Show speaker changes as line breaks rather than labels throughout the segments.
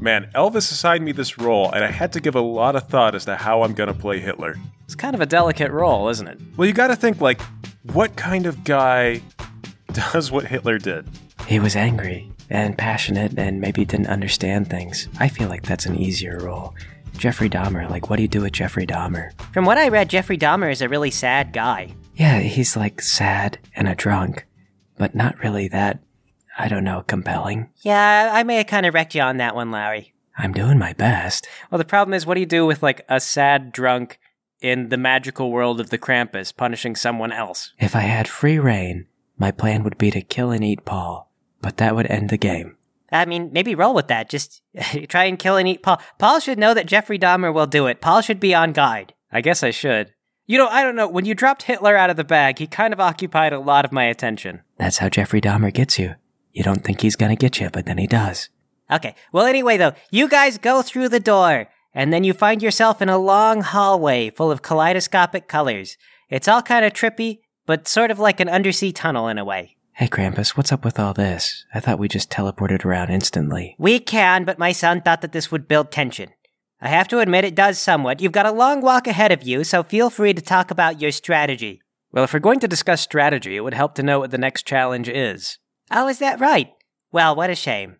Man, Elvis assigned me this role, and I had to give a lot of thought as to how I'm gonna play Hitler.
It's kind of a delicate role, isn't it?
Well, you gotta think, like, what kind of guy does what Hitler did?
He was angry and passionate and maybe didn't understand things. I feel like that's an easier role. Jeffrey Dahmer, like, what do you do with Jeffrey Dahmer?
From what I read, Jeffrey Dahmer is a really sad guy.
Yeah, he's like sad and a drunk, but not really that, I don't know, compelling.
Yeah, I may have kind of wrecked you on that one, Larry.
I'm doing my best. Well, the problem is, what do you do with like a sad drunk in the magical world of the Krampus punishing someone else? If I had free reign, my plan would be to kill and eat Paul, but that would end the game.
I mean, maybe roll with that. Just try and kill and eat Paul. Paul should know that Jeffrey Dahmer will do it. Paul should be on guard.
I guess I should. You know, I don't know. When you dropped Hitler out of the bag, he kind of occupied a lot of my attention. That's how Jeffrey Dahmer gets you. You don't think he's gonna get you, but then he does.
Okay. Well, anyway, though, you guys go through the door, and then you find yourself in a long hallway full of kaleidoscopic colors. It's all kind of trippy, but sort of like an undersea tunnel in a way.
Hey Krampus, what's up with all this? I thought we just teleported around instantly.
We can, but my son thought that this would build tension. I have to admit it does somewhat. You've got a long walk ahead of you, so feel free to talk about your strategy.
Well, if we're going to discuss strategy, it would help to know what the next challenge is.
Oh, is that right? Well, what a shame.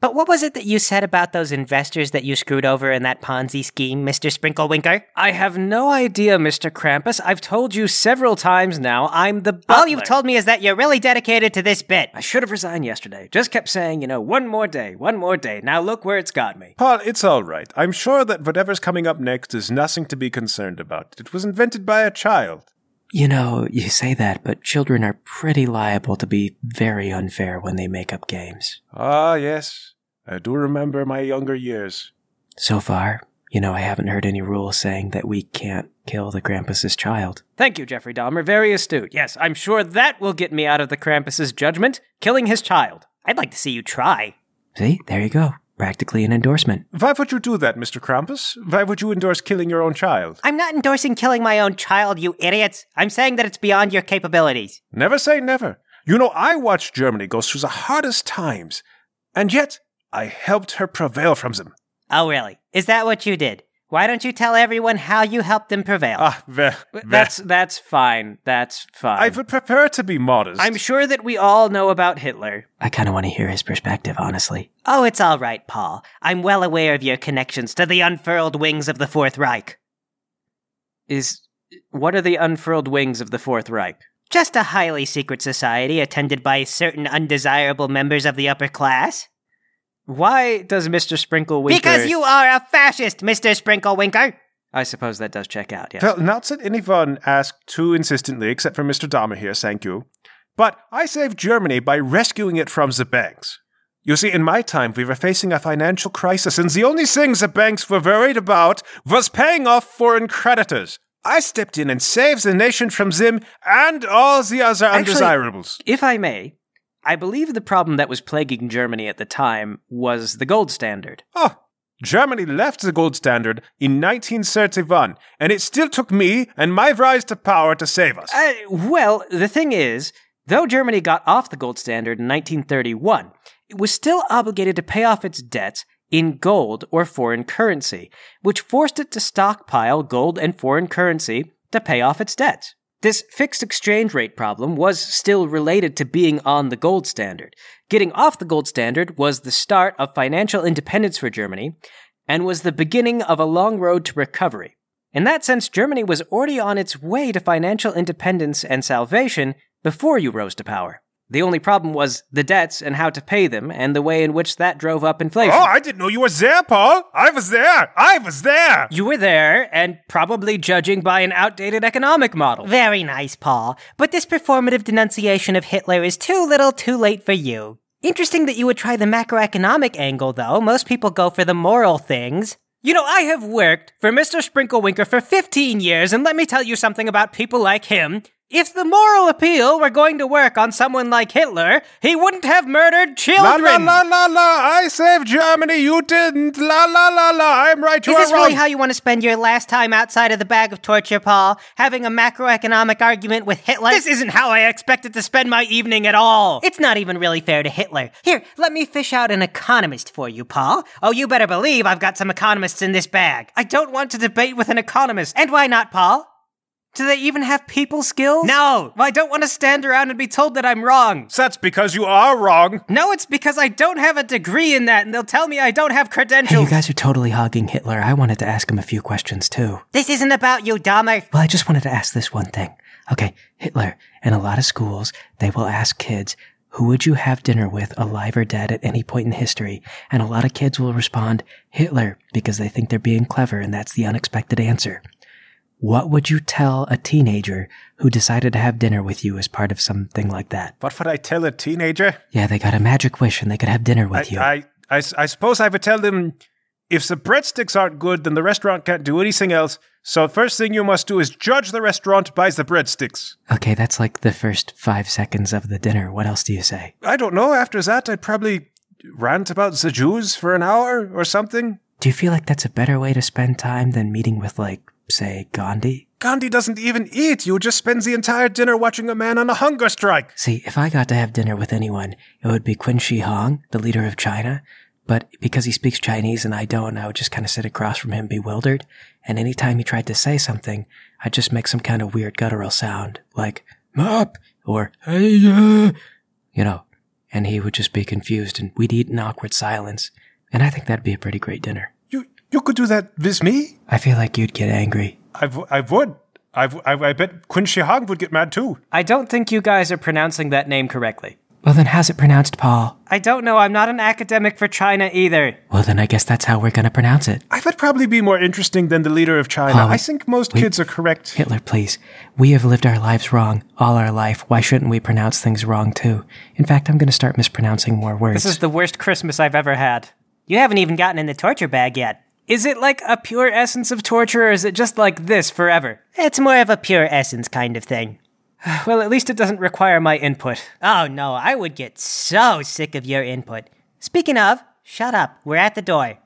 But what was it that you said about those investors that you screwed over in that Ponzi scheme, Mr. Sprinklewinker?
I have no idea, Mr. Krampus. I've told you several times now, I'm the butler.
All you've told me is that you're really dedicated to this bit.
I should have resigned yesterday. Just kept saying, you know, one more day, one more day. Now look where it's got me.
Paul, it's all right. I'm sure that whatever's coming up next is nothing to be concerned about. It was invented by a child.
You know, you say that, but children are pretty liable to be very unfair when they make up games.
Ah, yes. I do remember my younger years.
So far, you know, I haven't heard any rules saying that we can't kill the Krampus's child. Thank you, Jeffrey Dahmer. Very astute. Yes, I'm sure that will get me out of the Krampus's judgment, killing his child.
I'd like to see you try.
See, there you go. Practically an endorsement.
Why would you do that, Mr. Krampus? Why would you endorse killing your own child?
I'm not endorsing killing my own child, you idiots. I'm saying that it's beyond your capabilities.
Never say never. You know, I watched Germany go through the hardest times, and yet I helped her prevail from them.
Oh, really? Is that what you did? Why don't you tell everyone how you helped them prevail?
Ah, ve- ve-
That's that's fine. That's fine.
I would prefer to be modest.
I'm sure that we all know about Hitler. I kind of want to hear his perspective, honestly.
oh, it's all right, Paul. I'm well aware of your connections to the unfurled wings of the Fourth Reich.
Is what are the unfurled wings of the Fourth Reich?
Just a highly secret society attended by certain undesirable members of the upper class.
Why does Mr. Sprinkle Winker
Because you are a fascist, Mr. Sprinklewinker!
I suppose that does check out, yes.
Well, not that anyone asked too insistently, except for Mr. Dahmer here, thank you. But I saved Germany by rescuing it from the banks. You see, in my time, we were facing a financial crisis, and the only thing the banks were worried about was paying off foreign creditors. I stepped in and saved the nation from them and all the other
Actually-
undesirables.
If I may, I believe the problem that was plaguing Germany at the time was the gold standard.
Oh, Germany left the gold standard in 1931, and it still took me and my rise to power to save us.
Uh, well, the thing is, though Germany got off the gold standard in 1931, it was still obligated to pay off its debts in gold or foreign currency, which forced it to stockpile gold and foreign currency to pay off its debts. This fixed exchange rate problem was still related to being on the gold standard. Getting off the gold standard was the start of financial independence for Germany and was the beginning of a long road to recovery. In that sense, Germany was already on its way to financial independence and salvation before you rose to power. The only problem was the debts and how to pay them and the way in which that drove up inflation.
Oh, I didn't know you were there, Paul. I was there. I was there.
you were there and probably judging by an outdated economic model.
Very nice, Paul. But this performative denunciation of Hitler is too little too late for you. Interesting that you would try the macroeconomic angle, though. Most people go for the moral things.
You know, I have worked for Mr. Sprinklewinker for 15 years, and let me tell you something about people like him. If the moral appeal were going to work on someone like Hitler, he wouldn't have murdered
La la
children.
la la la! I saved Germany. You didn't. La la la la! I'm right. You
Is
are
this really
wrong.
how you want to spend your last time outside of the bag of torture, Paul? Having a macroeconomic argument with Hitler?
This isn't how I expected to spend my evening at all.
It's not even really fair to Hitler. Here, let me fish out an economist for you, Paul. Oh, you better believe I've got some economists in this bag.
I don't want to debate with an economist.
And why not, Paul?
Do they even have people skills?
No.
Well, I don't want to stand around and be told that I'm wrong.
That's because you are wrong.
No, it's because I don't have a degree in that, and they'll tell me I don't have credentials.
guys are totally
hogging Hitler. I wanted to ask him a few questions too.
This isn't about you, Dahmer.
Well, I just wanted to ask this one thing. Okay, Hitler, in a lot of schools, they will ask kids, who would you have dinner with, alive or dead, at any point in history? And a lot of kids will respond, Hitler, because they think they're being clever and that's the unexpected answer. What would you tell a teenager who decided to have dinner with you as part of something like that?
What would I tell a teenager?
Yeah, they got a magic wish and they could have dinner with you.
I, I, I, I suppose I would tell them if the breadsticks aren't good, then the restaurant can't do anything else. So first thing you must do is judge the restaurant by the breadsticks.
okay, that's like the first five seconds of the dinner. What else do you say?
I don't know. After that, I'd probably rant about the Jews for an hour or something.
Do you feel like that's a better way to spend time than meeting with, like, say, Gandhi?
Gandhi doesn't even eat. You just spend the entire dinner watching a man on a hunger strike.
See, if I got to have dinner with anyone, it would be Qin Shi Huang, the leader of China. But because he speaks Chinese and I don't, I would just kind of sit across from him bewildered. And anytime he tried to say something, I'd just make some kind of weird guttural sound, like, mop, or, hey, uh," you know. And he would just be confused and we'd eat in awkward silence. And I think that'd be a pretty great dinner.
You, you could do that with me.
I feel like you'd get angry.
I, w- I would. I, w- I, I bet Qin Shi Huang would get mad too.
I don't think you guys are pronouncing that name correctly.
Well, then how's it pronounced, Paul?
I don't know. I'm not an academic for China either.
Well, then I guess that's how we're gonna pronounce it.
I would probably be more interesting than the leader of China.
Oh,
I think most kids are correct.
Hitler, please. We have lived our lives wrong, all our life. Why shouldn't we pronounce things wrong, too? In fact, I'm going to start mispronouncing more words.
This is the worst Christmas I've ever had.
you haven't even gotten in the torture bag yet.
Is it like a pure essence of torture, or is it just like this forever?
It's more of a pure essence kind of thing.
Well, at least it doesn't require my input.
Oh, no, I would get so sick of your input. Speaking of, shut up. We're at the door.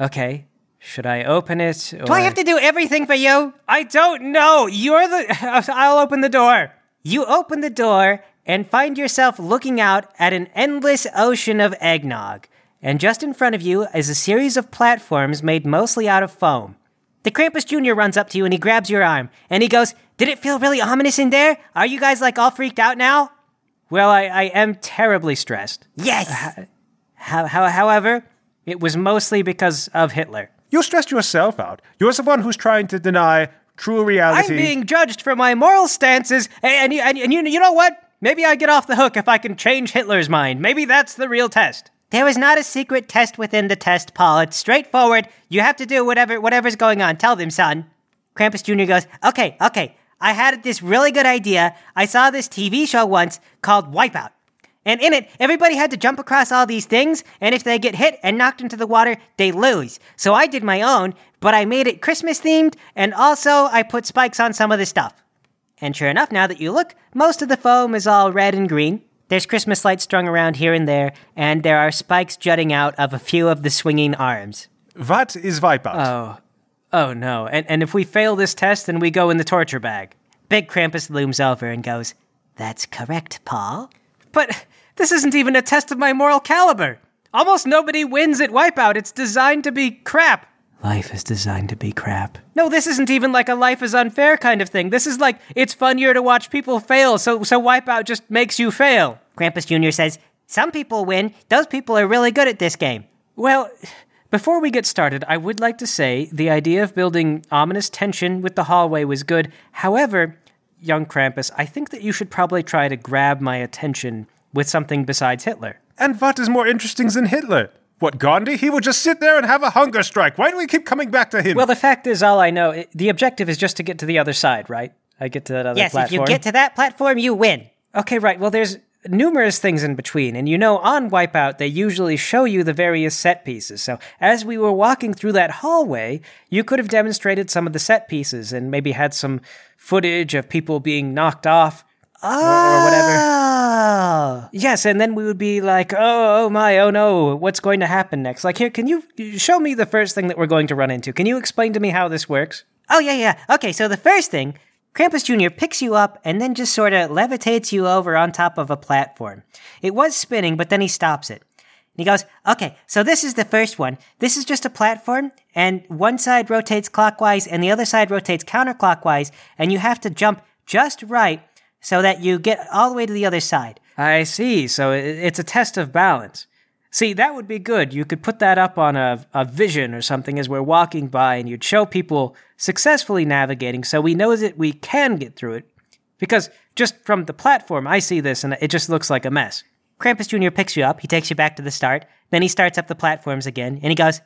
Okay. Should I open it? Or...
Do I have to do everything for you?
I don't know. You're the. I'll open the door.
You open the door and find yourself looking out at an endless ocean of eggnog. And just in front of you is a series of platforms made mostly out of foam. The Krampus Jr. runs up to you and he grabs your arm and he goes, Did it feel really ominous in there? Are you guys like all freaked out now?
Well, I, I am terribly stressed.
Yes!
How, how, however, it was mostly because of Hitler.
You stressed yourself out. You're the one who's trying to deny true reality.
I'm being judged for my moral stances, and, and, you- and, and you, you know what? Maybe I get off the hook if I can change Hitler's mind. Maybe that's the real test.
There is not a secret test within the test, Paul. It's straightforward. You have to do whatever whatever's going on. Tell them, son. Krampus Jr. goes, Okay, okay. I had this really good idea. I saw this TV show once called Wipeout. And in it, everybody had to jump across all these things, and if they get hit and knocked into the water, they lose. So I did my own, but I made it Christmas themed, and also I put spikes on some of the stuff. And sure enough, now that you look, most of the foam is all red and green.
There's Christmas lights strung around here and there, and there are spikes jutting out of a few of the swinging arms.
What is Wipeout?
Oh no, and, and if we fail this test, then we go in the torture bag.
Big Krampus looms over and goes, That's correct, Paul.
But this isn't even a test of my moral caliber. Almost nobody wins at Wipeout. It's designed to be crap.
Life is designed to be crap.
No, this isn't even like a life is unfair kind of thing. This is like it's funnier to watch people fail, so so Wipeout just makes you fail.
Krampus Jr. says, Some people win. Those people are really good at this game.
Well, before we get started, I would like to say the idea of building ominous tension with the hallway was good. However, young Krampus, I think that you should probably try to grab my attention with something besides Hitler.
and what is more interesting than Hitler? What, Gandhi? He would just sit there and have a hunger strike. Why do we keep coming back to him?
Well, the fact is, all I know, i the objective is just to get to the other side, right? I get to that other
Yes,
platform.
if you get to that platform, you win.
Okay, right. Well, there's
numerous things in between. And you know, on Wipeout, they usually show you the various set pieces. So as we were walking through that hallway, you could have demonstrated some of the set pieces and maybe had some footage of people being knocked off or whatever.
Ah! Oh.
Yes, and then we would be like, oh, oh my, oh no, what's going to happen next? Like, here, can you show me the first thing that we're going to run into? Can you explain to me how this works?
Oh, yeah, yeah. Okay, so the first thing, Krampus Jr. picks you up and then just sort of levitates you over on top of a platform. It was spinning, but then he stops it. And he goes, Okay, so this is the first one. This is just a platform, and one side rotates clockwise and the other side rotates counterclockwise, and you have to jump just right so that you get all the way to the other side.
I see. So i- it's a test of balance. See, that would be good. You could put that up on a, a vision or something as we're walking by, and you'd show people successfully navigating so we know that we can get through it. Because just from the platform, I see this and it just looks like a mess.
Krampus Jr. picks you up, he takes you back to the start, then he starts up the platforms again, and he goes,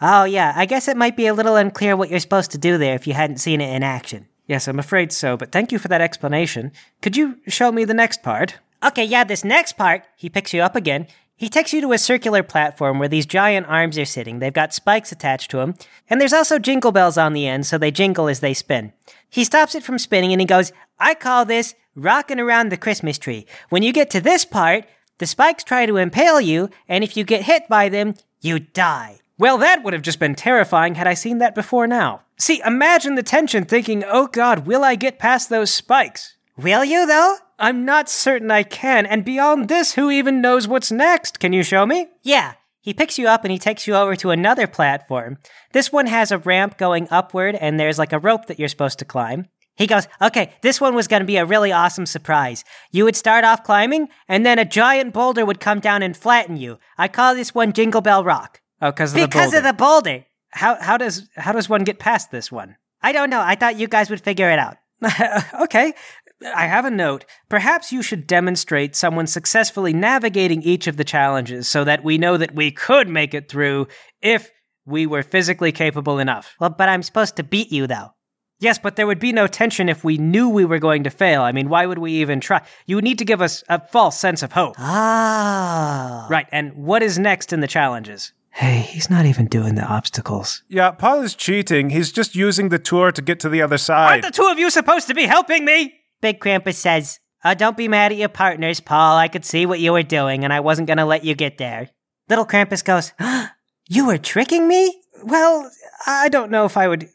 Oh, yeah, I guess it might be a little unclear what you're supposed to do there if you hadn't seen it in action.
Yes, I'm afraid so, but thank you for that explanation. Could you show me the next part?
Okay, yeah, this next part, he picks you up again. He takes you to a circular platform where these giant arms are sitting. They've got spikes attached to them, and there's also jingle bells on the end, so they jingle as they spin. He stops it from spinning and he goes, I call this rocking around the Christmas tree. When you get to this part, the spikes try to impale you, and if you get hit by them, you die.
Well, that would have just been terrifying had I seen that before now. See, imagine the tension thinking, oh god, will I get past those spikes?
Will you, though?
I'm not certain I can, and beyond this, who even knows what's next? Can you show me?
Yeah. He picks you up and he takes you over to another platform. This one has a ramp going upward and there's like a rope that you're supposed to climb. He goes, Okay, this one was going to be a really awesome surprise. You would start off climbing and then a giant boulder would come down and flatten you. I call this one Jingle Bell Rock.
Oh, because of
Because
the
of
boulder.
the boulder.
how how does how does one get past this one?
I don't know. I thought you guys would figure it out.
okay, I have a note. Perhaps you should demonstrate someone successfully navigating each of the challenges so that we know that we could make it through if we were physically capable enough.
Well, but I'm supposed to beat you, though.
Yes, but there would be no tension if we knew we were going to fail. I mean, why would we even try? You would need to give us a false sense of hope.
Ah.
Right, and what is next in the challenges? Hey, he's not even doing the obstacles.
Yeah, Paul is cheating. He's just using the tour to get to the other side.
Aren't the two of you supposed to be helping me?
Big Krampus says, oh, Don't be mad at your partners, Paul. I could see what you were doing, and I wasn't going to let you get there. Little Krampus goes, You were tricking me?
Well, I don't know if I would.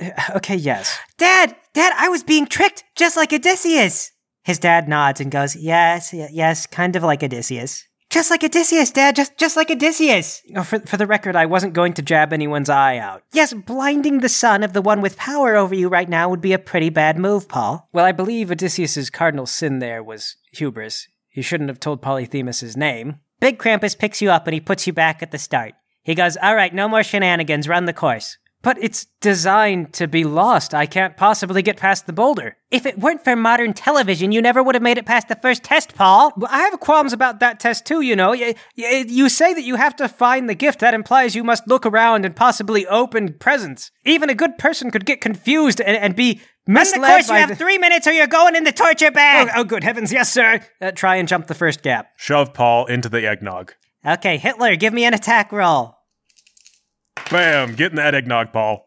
Okay, yes.
Dad, Dad, I was being tricked, just like Odysseus. His dad nods and goes, Yes, y- yes, kind of like Odysseus. Just like Odysseus, Dad, just, just like Odysseus. Oh,
No, for, for the record, I wasn't going to jab anyone's eye out.
Yes, blinding the son of the one with power over you right now would be a pretty bad move, Paul.
Well, I believe Odysseus's cardinal sin there was hubris. He shouldn't have told Polythemus his name.
Big Krampus picks you up and he puts you back at the start. He goes, All right, no more shenanigans, run the course.
But it's designed to be lost. I can't possibly get past the boulder.
If it weren't for modern television, you never would have made it past the first test, Paul.
Well, I have qualms about that test too, you know. Y- y- You say that you have to find the gift. That implies you must look around and possibly open presents. Even a good person could get confused and, and be
Of
misled
course, you
by
have
the-
three minutes or you're going in the torture
Oh,
bag.
oh, good heavens, yes, sir. Uh, try and jump the first gap.
Shove Paul into the eggnog.
Okay, Hitler, give me an attack roll.
Bam! Get in that eggnog, Paul.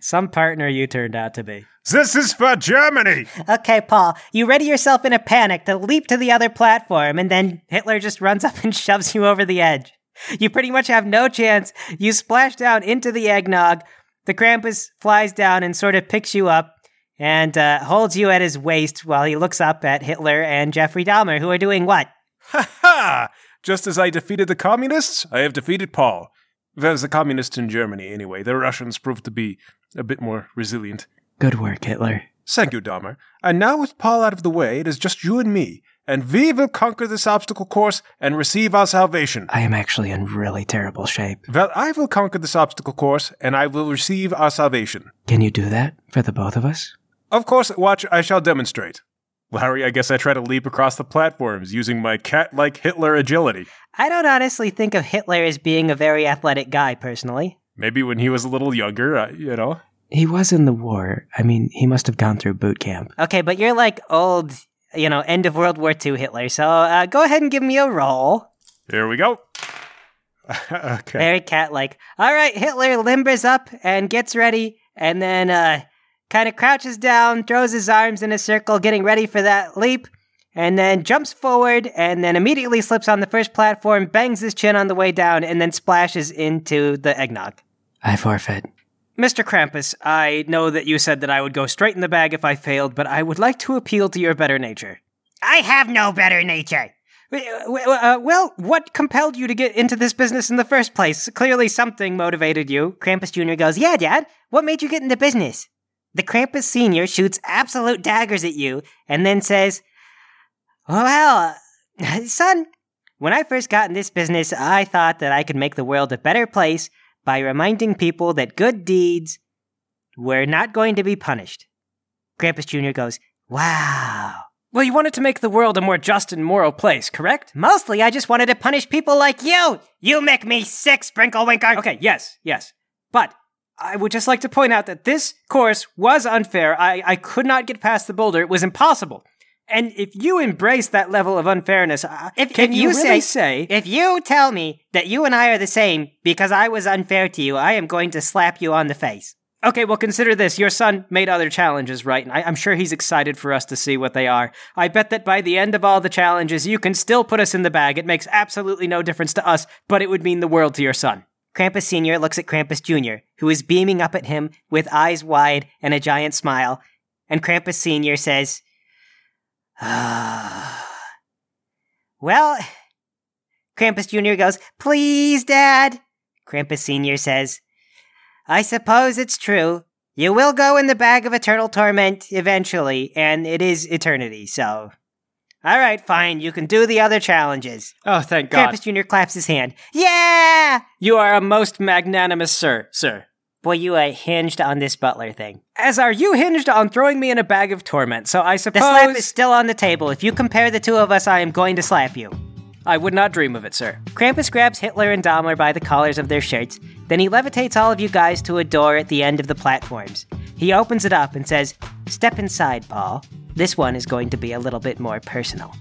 Some partner you turned out to be.
This is for Germany.
Okay, Paul, you ready yourself in a panic to leap to the other platform, and then Hitler just runs up and shoves you over the edge. You pretty much have no chance. You splash down into the eggnog. The Krampus flies down and sort of picks you up and uh, holds you at his waist while he looks up at Hitler and Jeffrey Dahmer, who are doing what?
Ha! Just as I defeated the communists, I have defeated Paul. There's the communists in Germany, anyway. The Russians proved to be a bit more resilient.
Good work, Hitler.
Thank you, Dahmer. And now, with Paul out of the way, it is just you and me, and we will conquer this obstacle course and receive our salvation.
I am actually in really terrible shape.
Well, I will conquer this obstacle course, and I will receive our salvation.
Can you do that for the both of us?
Of course, watch, I shall demonstrate. Larry, I guess I try to leap across the platforms using my cat like Hitler agility.
I don't honestly think of Hitler as being a very athletic guy, personally.
Maybe when he was a little younger, I, you know.
He was in the war. I mean, he must have gone through boot camp.
Okay, but you're like old you know, end of World War II Hitler. So uh, go ahead and give me a roll.
Here we go. okay.
Very cat like. All right, Hitler limbers up and gets ready, and then uh, kind of crouches down, throws his arms in a circle, getting ready for that leap, and then jumps forward, and then immediately slips on the first platform, bangs his chin on the way down, and then splashes into the eggnog.
I forfeit.
Mr. Krampus, I know that you said that I would go straight in the bag if I failed, but I would like to appeal to your better nature. I have no better nature. uh, Well, what compelled you to get into this business in the first place? Clearly, something motivated you. Krampus Jr. goes, Yeah, Dad, what made you get into business? The Krampus Sr. shoots absolute daggers at you and then says, Well, son, when I first got in this business, I thought that I could make the world a better place by reminding people that good deeds were not going to be punished. Krampus Jr. goes, Wow.
Well, you wanted to make the world a more just and moral place, correct?
Mostly, I just wanted to punish people like you. You make me sick, Sprinkle Winker.
Okay, yes, yes. But I would just like to point out that this course was unfair. I, I could not get past the boulder, it was impossible. And if you embrace that level of unfairness, uh,
If-
can
if
you,
you say-
really say,
If you tell me that you and I are the same because I was unfair to you, I am going to slap you on the face.
Okay, well, consider this. Your son made other challenges, right? And I, I'm sure he's excited for us to see what they are. I bet that by the end of all the challenges, you can still put us in the bag. It makes absolutely no difference to us, but it would mean the world to your son.
Krampus Sr. looks at Krampus Jr., who is beaming up at him with eyes wide and a giant smile, and Krampus Sr. says, "Ah." Well, Krampus Jr. goes, Please, Dad. Krampus Sr. says, I suppose it's true. You will go in the bag of eternal torment eventually, and it is eternity, so. All right, fine. You can do the other challenges.
Oh, thank God.
Krampus Jr. claps his hand. Yeah!
You are a most magnanimous sir, sir.
Boy, you are hinged on this butler thing.
As are you hinged on throwing me in a bag of torment, so I
The
suppose
slap is still on the table. If you compare the two of us, I am going to slap you.
I would not dream of it, sir.
Krampus grabs Hitler and Daimler by the collars of their shirts. Then he levitates all of you guys to a door at the end of the platforms. He opens it up and says, Step inside, Paul. This one is going to be a little bit more personal.